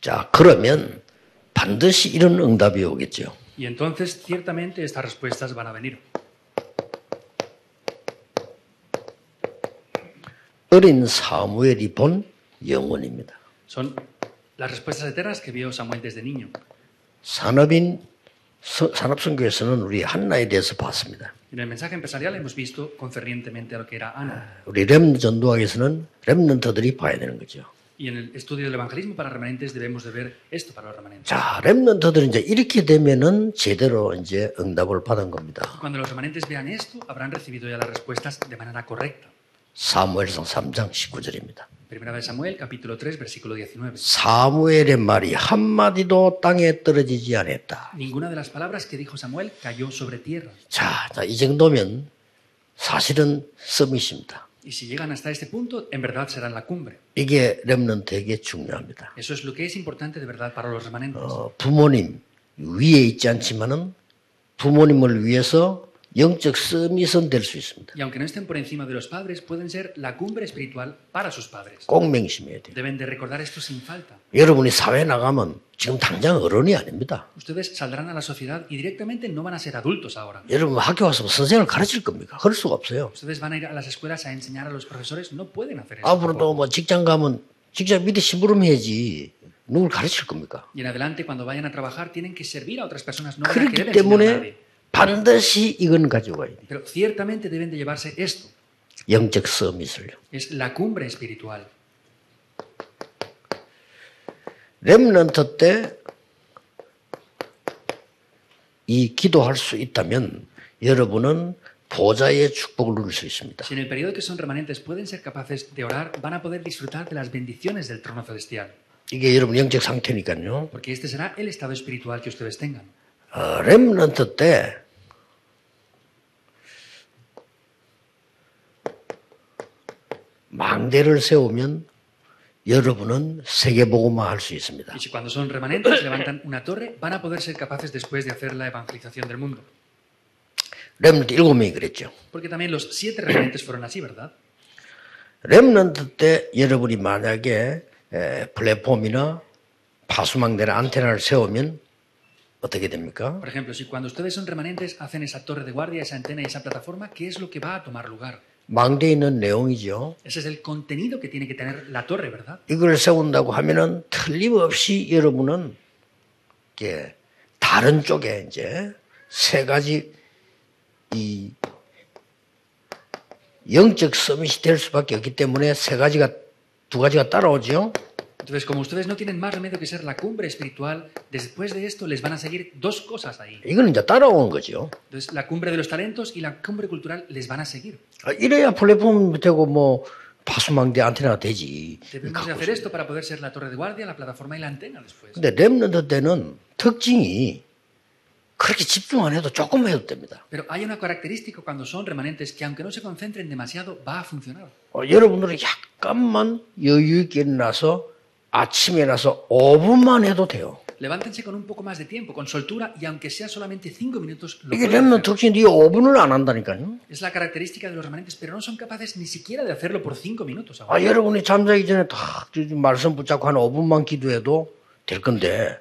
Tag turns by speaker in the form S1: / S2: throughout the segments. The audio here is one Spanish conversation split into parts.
S1: 자, 그러면 반드시 이런 응답이 오겠죠.
S2: Y entonces, ciertamente, estas respuestas van a venir.
S1: 어린 사무엘이 본 영혼입니다.
S2: Son las respuestas eternas que vio Samuel desde niño.
S1: 산업인 서- 산업선교에서는 우리 한나에 대해서 봤습니다.
S2: En el mensaje empresarial hemos visto concernientemente a lo que era Ana.
S1: 우리 렘 전도학에서는 렘넌트들이 봐야 되는 거죠.
S2: Y en el estudio del evangelismo para remanentes debemos de ver esto para los remanentes.
S1: 자, 렘넌트들은 이제 이렇게 되면은 제대로 이제 응답을 받은 겁니다.
S2: Cuando los remanentes vean esto, habrán recibido ya las respuestas de manera correcta.
S1: 사무엘상 3장 19절입니다.
S2: Primera de Samuel, capítulo 3, versículo 19.
S1: 사무엘의 말이 한마디도 땅에 떨어지지 않았다.
S2: Ninguna de las palabras que dijo Samuel cayó sobre tierra.
S1: 자, 자, 이 정도면 사실은 서밋입니다.
S2: Y si llegan hasta este punto, en verdad serán la cumbre.
S1: 이게 렘넌트에게 중요합니다.
S2: Eso es lo que es importante de verdad para los remanentes.
S1: 어, 부모님 위에 있지 않지만은 부모님을 위해서 영적 서밋은 될 수 있습니다.
S2: Y aunque no estén por encima de los padres, pueden ser la cumbre espiritual para sus padres.
S1: 꼭 명심해야 돼요.
S2: Deben de recordar esto sin falta.
S1: 여러분이 사회 나가면 지금 당장 어른이 아닙니다.
S2: Ustedes saldrán a la sociedad y directamente no van a ser adultos ahora.
S1: 여러분 학교 와서 선생을 가르칠 겁니까? 그럴 수가 없어요.
S2: Ustedes van a ir a las escuelas a enseñar a los profesores, no pueden hacer
S1: Ah,
S2: eso. tampoco.
S1: 앞으로도 뭐 직장 가면 직장 밑에 심부름해야지 누굴 가르칠 겁니까?
S2: Y en adelante, cuando vayan a trabajar, tienen que servir a otras personas, no van a querer
S1: 그렇기
S2: enseñar a nadie.
S1: 때문에 반드시 이건 가져가야 돼요.
S2: Pero ciertamente deben de llevarse esto.
S1: 영적 서밋을요.
S2: Es la cumbre espiritual.
S1: 렘넌트 때 이 기도할 수 있다면 여러분은 보좌의 축복을 누릴 수 있습니다.
S2: Si en el periodo que son remanentes pueden ser capaces de orar, van a poder disfrutar de las bendiciones del trono celestial.
S1: 이게 여러분 영적 상태니까요.
S2: Porque este será el estado espiritual que ustedes tengan.
S1: 어, 렘넌트 때 망대를 세우면 여러분은 세계복음화 할 수 있습니다.
S2: Y si cuando son remanentes levantan una torre, van a poder ser capaces después de hacer la evangelización del mundo.
S1: 렘넌트 일곱 명이 그랬죠.
S2: Porque también los siete remanentes fueron así, ¿verdad?
S1: 렘넌트 때 여러분이 만약에 에, 플랫폼이나 파수망대나 안테나를 세우면 어떻게 됩니까?
S2: Por ejemplo, si cuando ustedes son remanentes hacen esa torre de guardia, esa antena y esa plataforma, ¿qué es lo que va a tomar lugar?
S1: 망대에 있는 내용이죠.
S2: Ese es el contenido que tiene que tener la torre, ¿verdad?
S1: 이걸 세운다고 하면은 틀림없이 여러분은 이게 다른 쪽에 이제 세 가지 이 영적 서밋이 될 수밖에 없기 때문에 세 가지가 두 가지가 따라오죠.
S2: Entonces, como ustedes no tienen más remedio que ser la cumbre espiritual, después de esto les van a seguir dos cosas ahí.
S1: 이거는 이제 따라오는 거죠.
S2: Entonces, la cumbre de los talentos y la cumbre cultural les van a seguir.
S1: 아, 이래야 플랫폼 되고 뭐 파수망대 안테나가 되지.
S2: Debemos de hacer
S1: pues,
S2: esto para poder ser la torre de guardia, la plataforma y la antena después.
S1: 근데 랩런더 때는 특징이 그렇게 집중 안 해도 조금 해도 됩니다.
S2: Pero hay una característica cuando son remanentes que aunque no se concentren demasiado, va a funcionar.
S1: 어, 여러분들은 약간만 여유 있게 일어나서 아침에 일어나서 5분만 해도 돼요.
S2: Levántense con un poco más de tiempo, con soltura, y aunque sea solamente cinco minutos, lo
S1: 이게
S2: pueden
S1: 랩런더
S2: hacer.
S1: 특징인데 이 5분을 안 한다니까요.
S2: Es la característica de los remanentes, pero no son capaces ni siquiera de hacerlo por cinco minutos Ah, ahora.
S1: 아, 여러분이 잠자기 전에 딱 말씀 붙잡고 한 5분만 기도해도 될 건데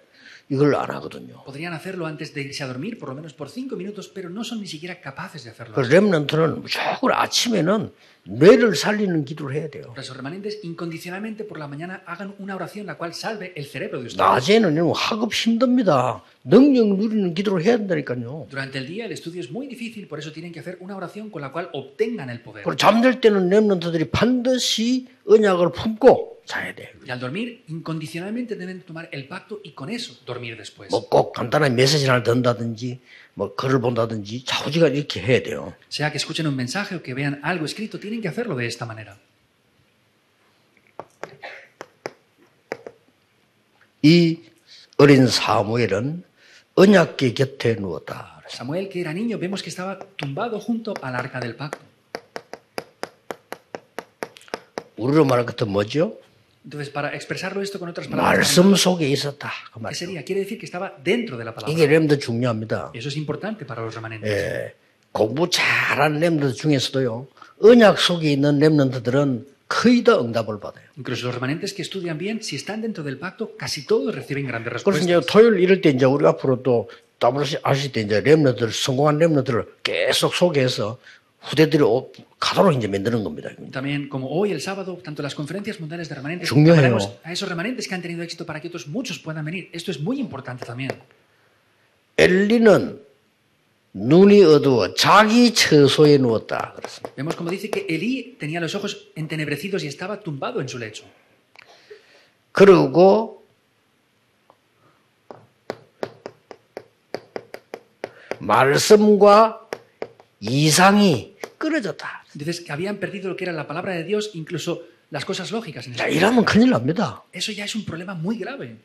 S1: 이걸 안 하거든요.
S2: Podrían hacerlo antes de irse a dormir, por lo menos por cinco minutos, pero no son ni siquiera capaces de hacerlo.
S1: 그 랩런트는 무조건 아침에는 뇌를 살리는 기도를 해야 돼요.
S2: Por eso, remanentes, incondicionalmente por la mañana hagan una oración la cual salve el cerebro de ustedes.
S1: 낮에는 이런 학업 힘듭니다. 능력 누리는 기도를 해야 된다니까요.
S2: Durante el día el estudio es muy difícil, por eso tienen que hacer una oración con la cual obtengan el poder.
S1: 그리고 잠들 때는 렘런트들이 반드시 언약을 품고 자야 돼요.
S2: Y al dormir, incondicionalmente deben tomar el pacto y con eso dormir después.
S1: 뭐 꼭 간단한 메시지를 하나 든다든지 뭐 글을 본다든지 좌우지간 이렇게 해야 돼요.
S2: Sea que escuchen un mensaje o que vean algo escrito, tienen que hacerlo de esta manera.
S1: 이 어린 사무엘은 언약계 곁에 누웠다.
S2: Samuel, que era niño, vemos que estaba tumbado junto al arca del pacto.
S1: 우리로 말할 것은 뭐죠?
S2: Entonces, para expresarlo esto con otras palabras,
S1: 말씀 속에 있었다. 그
S2: ¿qué
S1: 말.
S2: sería? Quiere decir que estaba dentro de la palabra.
S1: 이게 렘도 중요합니다.
S2: Eso es importante para los
S1: Eh.
S2: remanentes.
S1: 예, 공부 잘하는 렘들 중에서도요. 언약 속에 있는 렘런트들은 거의 다 응답을 받아요.
S2: Incluso los remanentes que estudian bien, si están dentro del pacto, casi todos reciben grandes
S1: 그래서
S2: respuestas.
S1: 이제 토요일 이럴 때 이제 우리 앞으로 또 WRC 때 이제 렘너들 성공한 렘너들을 계속 소개해서 후대들이 오- 가도록 이제 만드는 겁니다.
S2: También, como hoy, el sábado, tanto las conferencias mundiales de remanentes,
S1: Jungmyeo해요.
S2: preparemos a esos remanentes que han tenido éxito para que otros muchos puedan venir. Esto es muy importante también.
S1: 엘리는 눈이 어두워 자기 처소에 누웠다. 그랬습니다.
S2: Vemos como dice que Elí tenía los ojos entenebrecidos y estaba tumbado en su lecho.
S1: 그리고 말씀과 이상이 끊어졌다.
S2: Dices que habían perdido lo que era la palabra de Dios, incluso las cosas lógicas. En
S1: 자,
S2: eso.
S1: 이러면 큰일 납니다.
S2: eso ya es un problema muy grave.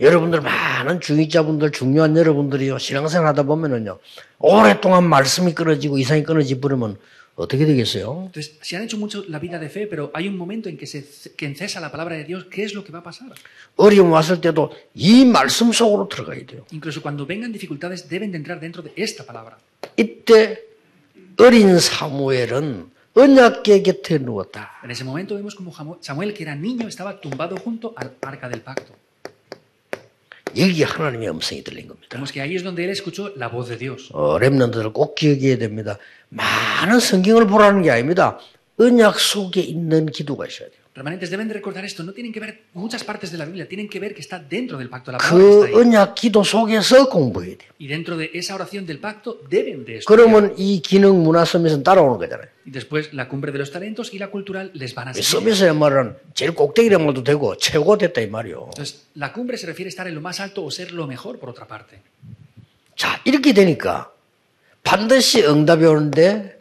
S1: 여러분들 많은 중위자분들 중요한 여러분들이요 신앙생활 하다 보면은요 오랫동안 말씀이 끊어지고 이상이 끊어지 버리면 어떻게 되겠어요?
S2: Entonces, se han hecho mucho la vida de fe, pero hay un momento en que se que cesa la palabra de Dios, ¿qué es lo que va a pasar?
S1: 어려움 왔을 때도 이 말씀 속으로 들어가야 돼요.
S2: Incluso cuando vengan dificultades, deben de entrar dentro de esta palabra.
S1: 이때 어린 사무엘은 언약계 곁에 누웠다.
S2: En ese momento vemos como Jamo- Samuel, que era niño, estaba tumbado junto al arca del pacto.
S1: 여기 하나님의 음성이 들린 겁니다.
S2: Vemos que ahí es donde él escuchó la voz de Dios.
S1: 어, 렘넌트들 꼭 기억해야 됩니다. 많은 성경을 보라는 게 아닙니다. 언약 속에 있는 기도가 있어야 돼요.
S2: Remanentes deben de recordar esto. No tienen que ver muchas partes de la Biblia, tienen que ver que está dentro del pacto. La palabra
S1: 그
S2: está ahí.
S1: 언약 기도 속에서 공부해야 돼요.
S2: Y dentro de esa oración del pacto deben de esto.
S1: 그러면 이 기능 문화 서밋은 따라오는 거잖아요.
S2: Y después la cumbre de los talentos y la cultural les van
S1: 이
S2: a seguir.
S1: 서밋의 말은 제일 꼭대기란 말도 되고 최고 됐다 이 말이요.
S2: Entonces, la cumbre se refiere a estar en lo más alto o ser lo mejor, por otra parte.
S1: 자 이렇게 되니까 반드시 응답이 오는데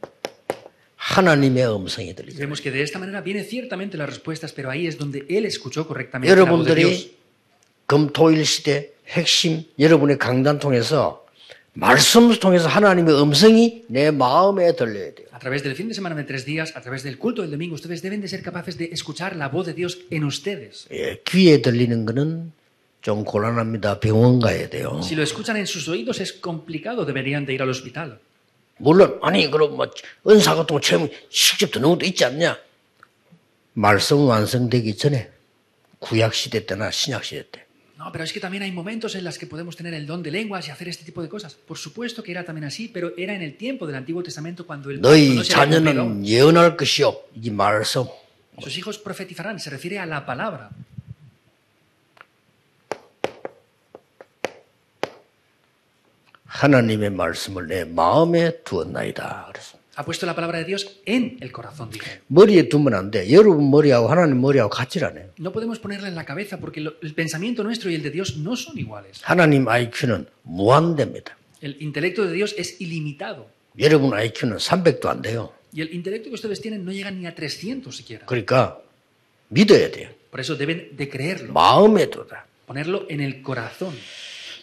S1: 하나님의 음성이 들리죠.
S2: Vemos que de esta manera vienen ciertamente las respuestas, pero ahí es donde él escuchó correctamente la voz de Dios.
S1: 여러분들이 금토일 시대 핵심 여러분의 강단 통해서 말씀 통해서 하나님의 음성이 내 마음에 들려야 돼요.
S2: A través del fin de semana de tres días, a través del culto del domingo, ustedes deben de ser capaces de escuchar la voz de Dios en ustedes.
S1: 예, 귀에 들리는 거는 좀 곤란합니다. 병원 가야 돼요.
S2: Si lo escuchan en sus oídos es complicado, deberían de ir al hospital.
S1: 물론 아니 그럼 뭐 은사 같은 거 처음 직접 듣는 것도 있지 않냐? 말씀 완성되기 전에 구약 시대 때나 신약 시대 때
S2: No, pero es que también hay momentos en los que podemos tener el don de lenguas y hacer este tipo de cosas. Por supuesto que era también así, pero era en el tiempo del Antiguo Testamento cuando el cuando
S1: 너희
S2: se había cumplido aún.
S1: 자녀는 예언할 것이요 이 말씀
S2: Sus hijos profetizarán, se refiere a la palabra.
S1: 하나님의 말씀을 내 마음에 두었나이다. 그래서
S2: Ha puesto la palabra de Dios en el corazón, dice.
S1: 머리에 두면 안 돼. 여러분 머리하고 하나님 머리하고 같지라네요.
S2: No podemos ponerla en la cabeza porque lo- el pensamiento nuestro y el de Dios no son iguales.
S1: 하나님 IQ는 무한대입니다.
S2: El intelecto de Dios es ilimitado.
S1: 여러분 IQ는 300도 안 돼요.
S2: Y el intelecto que ustedes tienen no llega ni a 300 siquiera.
S1: 그러니까 믿어야 돼요.
S2: Por eso deben de creerlo,
S1: 마음에 두다.
S2: ponerlo en el corazón.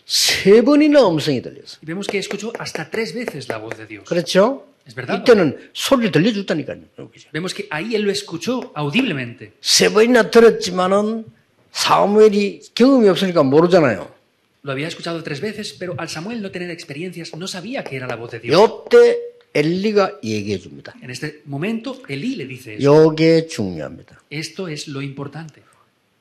S1: 세 번이나 음성이 들렸어.
S2: Y vemos que escuchó hasta tres veces la voz de Dios.
S1: 그렇죠?
S2: Es verdad.
S1: 이때는 소리를 들려줬다니까요. 그죠?
S2: Vemos que ahí él lo escuchó audiblemente.
S1: 세 번이나 들었지만은 사무엘이 경험이 없으니까 모르잖아요.
S2: Lo había escuchado tres veces, pero al Samuel no tener experiencias no sabía que era la voz de Dios.
S1: 요때 엘리가 얘기해 줍니다.
S2: En este momento, Elí le dice eso.
S1: 요게 중요합니다.
S2: Esto es lo importante.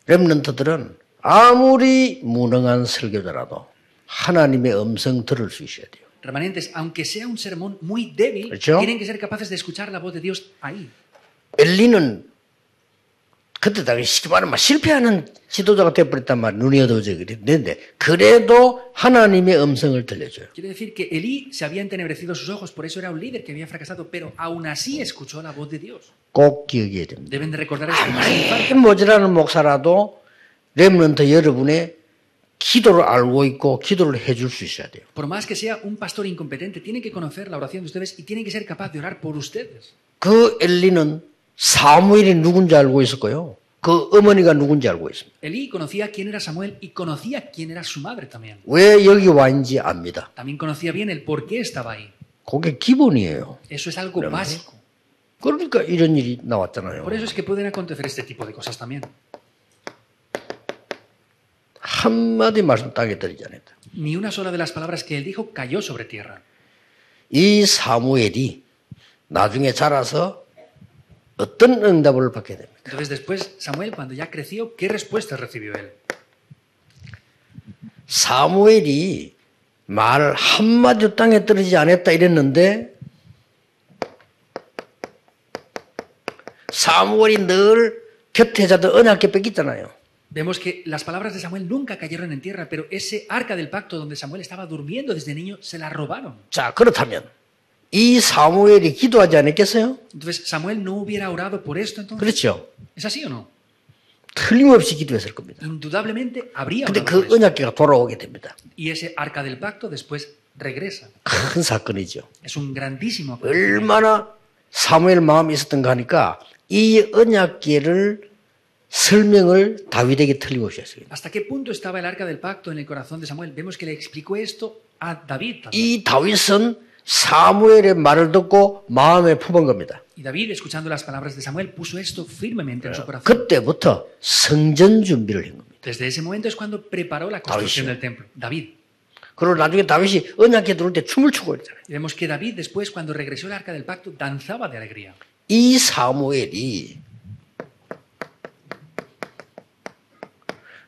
S1: 렘넌트들은 아무리 무능한 설교자라도 하나님의 음성 들을 수 있어야 돼요.
S2: Remanentes, aunque sea un sermón muy débil,
S1: ¿Hecho?
S2: tienen que ser capaces de escuchar la voz de Dios ahí.
S1: 엘리는 그때 당시 쉽게 말하면 실패하는 지도자가 되어버렸단 말이에요. 눈이 어두워져 그랬는데 그래도 하나님의 음성을 들려줘요.
S2: Quiere decir que Elí se había entenebrecido sus ojos, por eso era un líder que había fracasado, pero aún así escuchó la voz de Dios.
S1: 꼭 기억해야 됩니다.
S2: Deben de recordar esto.
S1: 아무리 모자라는 목사라도 렘넌트 여러분의 기도를 algo 있고 기도를 해줄 수 있어야 돼요.
S2: Por más que sea un pastor incompetente, tiene que conocer la oración de ustedes y tiene que ser capaz de orar por ustedes.
S1: 그 엘리는 사무엘이 누군지 알고 있었고요. 그 어머니가 누군지 알고 있습니다.
S2: Elí conocía quién era Samuel y conocía quién era su madre también.
S1: 왜 여기 와 있는지 압니다.
S2: También conocía bien el por qué estaba ahí.
S1: 그게 기본이에요.
S2: Eso es algo básico.
S1: 그러니까 이런 일이 나왔잖아요.
S2: Por eso es que pueden acontecer este tipo de cosas también.
S1: 한마디 말씀 땅에 들리지 않았다.
S2: Ni una sola de las palabras que él dijo cayó sobre tierra.
S1: 이 사무엘이 나중에 자라서 어떤 응답을 받게 됩니까?
S2: Entonces después Samuel, cuando ya creció, ¿qué respuesta recibió él?
S1: 사무엘이 말 한마디도 땅에 떨어지지 않았다 이랬는데 사무엘이 늘 곁에 자던 언약궤 뺏기잖아요.
S2: Vemos que las palabras de Samuel nunca cayeron en tierra, pero ese arca del pacto donde Samuel estaba durmiendo desde niño, se la robaron.
S1: 자 그렇다면 이 사무엘이 기도하지 않았겠어요?
S2: Entonces Samuel no hubiera orado por esto entonces.
S1: 그렇죠.
S2: ¿Es así o no?
S1: 틀림없이 기도했을 겁니다.
S2: Indudablemente habría
S1: 근데
S2: orado
S1: 그
S2: por esto.
S1: 언약궤가 돌아오게 됩니다.
S2: Y ese arca del pacto después regresa.
S1: 큰 사건이죠.
S2: Es un grandísimo acontecimiento.
S1: 얼마나 사무엘 마음이 있었던가 하니까 이 언약궤를 설명을 다윗에게 틀림없이 했어요.
S2: ¿Hasta qué punto estaba el arca del pacto en el corazón de Samuel? Vemos que le explicó esto a David. también.
S1: 이 다윗은 사무엘의 말을 듣고 마음에 품은 겁니다.
S2: Y David, escuchando las palabras de Samuel, puso esto firmemente en su corazón.
S1: 그때부터 성전 준비를 한 겁니다.
S2: Desde ese momento es cuando preparó la construcción del templo. David.
S1: 그리고 나중에 다윗이 언약궤 들어올 때 춤을 추고 있잖아요.
S2: Y vemos que David después, cuando regresó el arca del pacto, danzaba de alegría.
S1: 이 사무엘이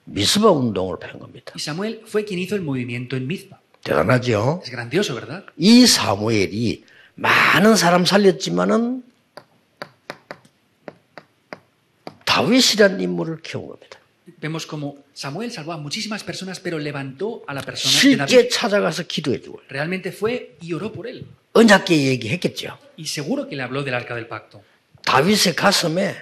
S1: 미스바 운동을 한 겁니다.
S2: Y Samuel fue quien hizo el movimiento en Mizpa.
S1: 대단하죠?
S2: Es grandioso, ¿verdad?
S1: 이 사무엘이 많은 사람 살렸지만은 다윗이란 인물을 키운 겁니다.
S2: Vemos como Samuel salvó a muchísimas personas, pero levantó a la persona que David
S1: 실제 찾아가서 기도해 주고
S2: realmente fue y oró por él.
S1: 언약계 얘기했겠죠.
S2: Y seguro que le habló del arca del pacto.
S1: 다윗의 가슴에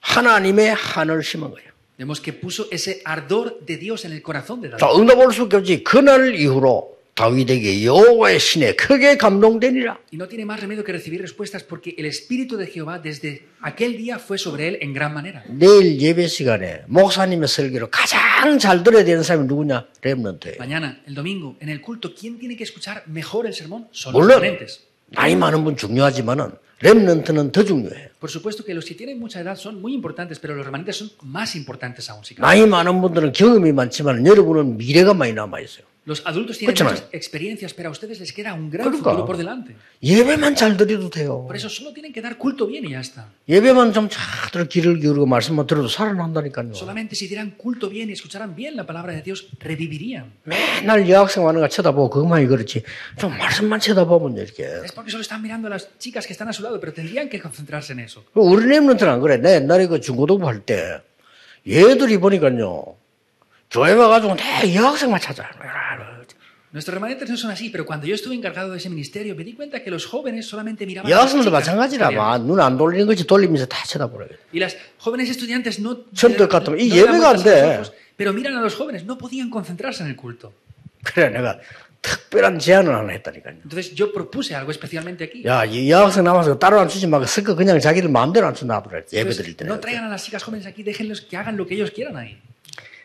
S1: 하나님의 한을 심은 거예요.
S2: Vemos que puso ese ardor de Dios en el corazón de David.
S1: 자, 응답 올 수밖에 없지. 그날 이후로 다윗에게 여호와의 신에 크게 감동되니라.
S2: Y no tiene más remedio que recibir respuestas porque el Espíritu de Jehová desde aquel día fue sobre él en gran manera.
S1: 내일 예배 시간에 목사님의 설교를 가장 잘 들어야 되는 사람이 누구냐? 렘넌트예요.
S2: Mañana, el domingo, en el culto, ¿quién tiene que escuchar mejor el sermón? Son los
S1: 물론
S2: ponentes.
S1: 나이 많은 분 중요하지만은 렘넌트는 더 중요해요.
S2: Por supuesto que los que tienen mucha edad son muy importantes, pero los remanentes son más importantes aún. Si cabe.
S1: 나이 많은 분들은 경험이 많지만 여러분은 미래가 많이 남아 있어요.
S2: los adultos tienen
S1: Escúchame.
S2: muchas experiencias, pero a ustedes les queda un gran
S1: Claro.
S2: futuro por delante.
S1: 예배만 잘 드려도 돼요.
S2: Por eso solo tienen que dar culto bien y ya está.
S1: 예배만 좀잘 귀를 기울이고 말씀만 들어도 살아난다니까요.
S2: Solamente si dieran culto bien y escucharan bien la palabra de Dios, revivirían.
S1: 맨날 여학생 하는 거 쳐다보고 그것만이 그렇지. 좀 말씀만 쳐다보면 이렇게.
S2: Es porque solo están mirando a las chicas que están a su lado, pero tendrían que concentrarse en eso.
S1: 우리 랩런트는 안 그래. 내 옛날에 그 중고등부 할 때 얘들이 보니까요. 교회 와가지고 내 여학생만 찾아.
S2: Nuestros remanentes no son así, pero cuando yo estuve encargado de ese ministerio, me di cuenta que los jóvenes solamente miraban a las
S1: 뭐, 여학생도
S2: chicas.
S1: 마찬가지라. 눈 안 돌리는 것이 돌리면서 다 쳐다보라. 그래.
S2: Y las jóvenes estudiantes no,
S1: Siento
S2: no-
S1: que hasta- y
S2: no
S1: lleven
S2: daban vueltas a los
S1: grande, eh.
S2: ojos, pero miran a los jóvenes, no podían concentrarse en el culto.
S1: 그래 내가 특별한 제안을 하나 했다니까요.
S2: Entonces yo propuse algo especialmente aquí.
S1: 야, 이 여학생 남아서 따로 안 쓰지 마. 쓸거 그냥 자기들 마음대로 안 써놔버려. 예배
S2: Entonces,
S1: 드릴 때는.
S2: no traigan a las chicas jóvenes aquí, déjenlos que hagan lo que ellos quieran ahí.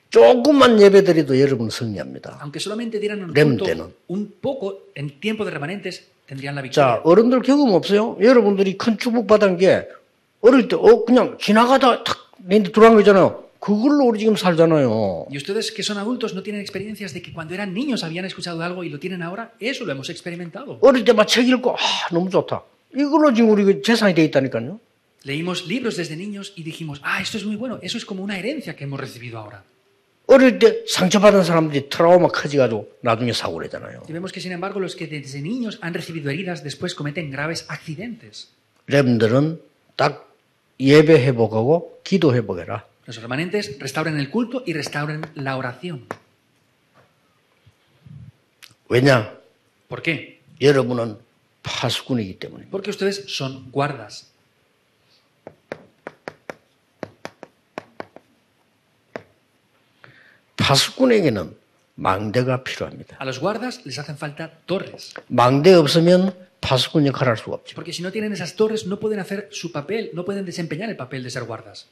S1: 조금만 예배 드려도 여러분 승리합니다.
S2: Aunque solamente dieran un
S1: Remnant, ¿no?
S2: culto un poco en tiempo de remanentes, tendrían la
S1: 자,
S2: victoria.
S1: 어른들 경험 없어요? 여러분들이 큰 축복 받은 게 어릴 때, 어, 그냥 지나가다 탁, 내한테 들어간 거잖아요. 그걸로 우리 지금 살잖아요.
S2: Y ustedes que son adultos no tienen experiencias de que cuando eran niños habían escuchado algo y lo tienen ahora, eso lo hemos experimentado.
S1: 어릴 때 막 책 읽고, 아, 너무 좋다. 이걸로 지금 우리 그 재산이 돼 있다니까요.
S2: Leímos libros desde niños y dijimos, ah, esto es muy bueno, eso es como una herencia que hemos recibido ahora.
S1: 어릴 때 상처받은 사람들이 트라우마 커지가지고 나중에 사고를 하잖아요.
S2: Y vemos que, sin embargo, los que desde niños han recibido heridas después cometen graves accidentes.
S1: 렘들은 딱 예배 회복하고 기도 회복해라.
S2: Los remanentes restauran el culto y restauran la oración.
S1: 왜냐?
S2: ¿Por qué?
S1: 여러분은 파수꾼이기 때문입니다.
S2: Porque ustedes son guardas.
S1: 파수꾼에게는 망대가 필요합니다.
S2: A los guardas les hacen falta torres.
S1: 망대 없으면 파수꾼 역할을 할 수가 없죠.
S2: Porque si no tienen esas torres, no pueden hacer su papel, no pueden desempeñar el papel de ser guardas.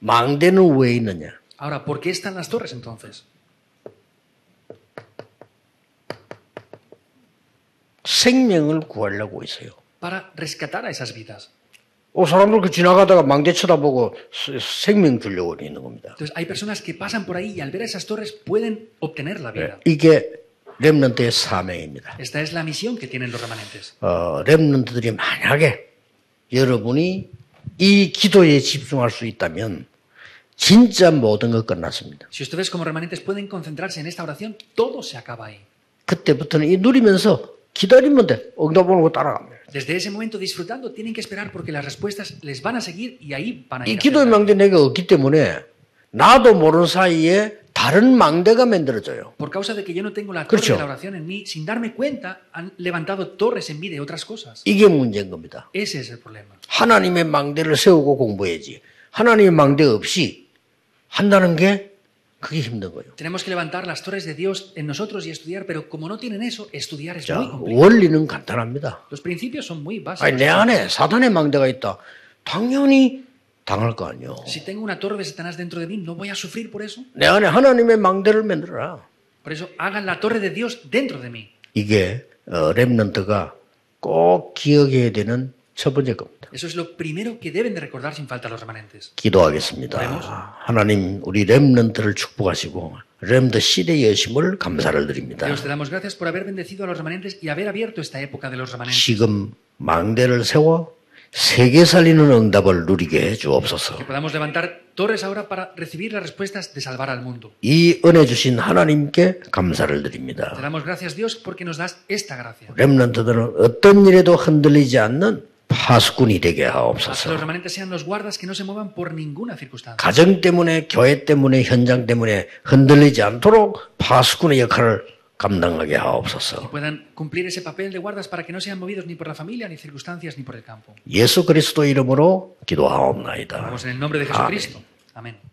S1: 망대는 왜 있느냐?
S2: Ahora, ¿por qué están las torres entonces?
S1: 생명을 구하려고 있어요.
S2: Para rescatar a esas vidas.
S1: 어, 사람들 그 지나가다가 망대 쳐다보고 스- 생명 주려고 있는 겁니다.
S2: Entonces, hay personas que pasan por ahí y al ver esas torres pueden obtener la vida.
S1: 이게 렘넌트의 사명입니다.
S2: Esta es la misión que tienen los remanentes.
S1: 어, 렘넌트들이 만약에 여러분이 이 기도에 집중할 수 있다면 진짜 모든 것 끝났습니다.
S2: Si ustedes como remanentes pueden concentrarse en esta oración, todo se acaba ahí.
S1: 그때부터는 이 누리면서 기다리면 돼. 응답 오는 거 따라갑니다.
S2: Desde ese momento disfrutando, tienen que esperar porque las respuestas les van a seguir y ahí van a
S1: 이
S2: ir.
S1: 기도의
S2: acelerando.
S1: 망대 내가 없기 때문에 나도 모르는 사이에 다른 망대가 만들어져요.
S2: Por causa de que yo no tengo la torre
S1: Escucho.
S2: de la oración en mí, sin darme cuenta, han levantado torres en mí de otras cosas.
S1: 이게 문제인 겁니다.
S2: Ese es el problema.
S1: 하나님의 망대를 세우고 공부해야지. 하나님의 망대 없이 한다는 게 그게 힘든 거예요.
S2: Tenemos que levantar las torres de Dios en nosotros y estudiar, pero como no tienen eso, estudiar es
S1: 자,
S2: muy complicado.
S1: 원리는 간단합니다.
S2: Los principios son muy
S1: 아니,
S2: básicos.
S1: 내 안에 사단의 망대가 있다. 당연히 당할 거 아니요.
S2: Si tengo una torre de Satanás dentro de mí, ¿no voy a sufrir por eso?
S1: 내 안에 하나님의 망대를 만들어라.
S2: Por eso hagan la torre de Dios dentro de mí.
S1: 이게 어, 랩런트가 꼭 기억해야 되는 첫 번째 겁니다.
S2: Eso es lo primero que deben de recordar sin falta los remanentes.
S1: 기도하겠습니다. 하나님 우리 랩런트를 축복하시고 랩런트 시대의 여심을 감사를 드립니다.
S2: Dios, te damos gracias por haber bendecido a los remanentes y haber abierto esta época de los remanentes.
S1: 지금 망대를 세워 세계 살리는 응답을 누리게 해 주옵소서.
S2: Que podamos levantar torres ahora para recibir las respuestas de salvar al mundo.
S1: 이 은혜 주신 하나님께 감사를
S2: Te
S1: 드립니다.
S2: damos gracias, Dios, porque nos das esta gracia.
S1: 렘넌트들은 어떤 일에도 흔들리지 않는 파수꾼이 되게
S2: Haz
S1: 하옵소서.
S2: que los remanentes sean los guardas que no se muevan por ninguna circunstancia.
S1: 가정 때문에 교회 때문에 현장 때문에 흔들리지 않도록 파수꾼의 역할을 감당하게 하옵소서.
S2: Puedan cumplir ese papel de guardas para que no sean movidos ni por la familia, ni circunstancias, ni por el campo.
S1: 예수 그리스도 이름으로 기도하옵나이다.
S2: Vamos en el nombre de Jesucristo. Amén.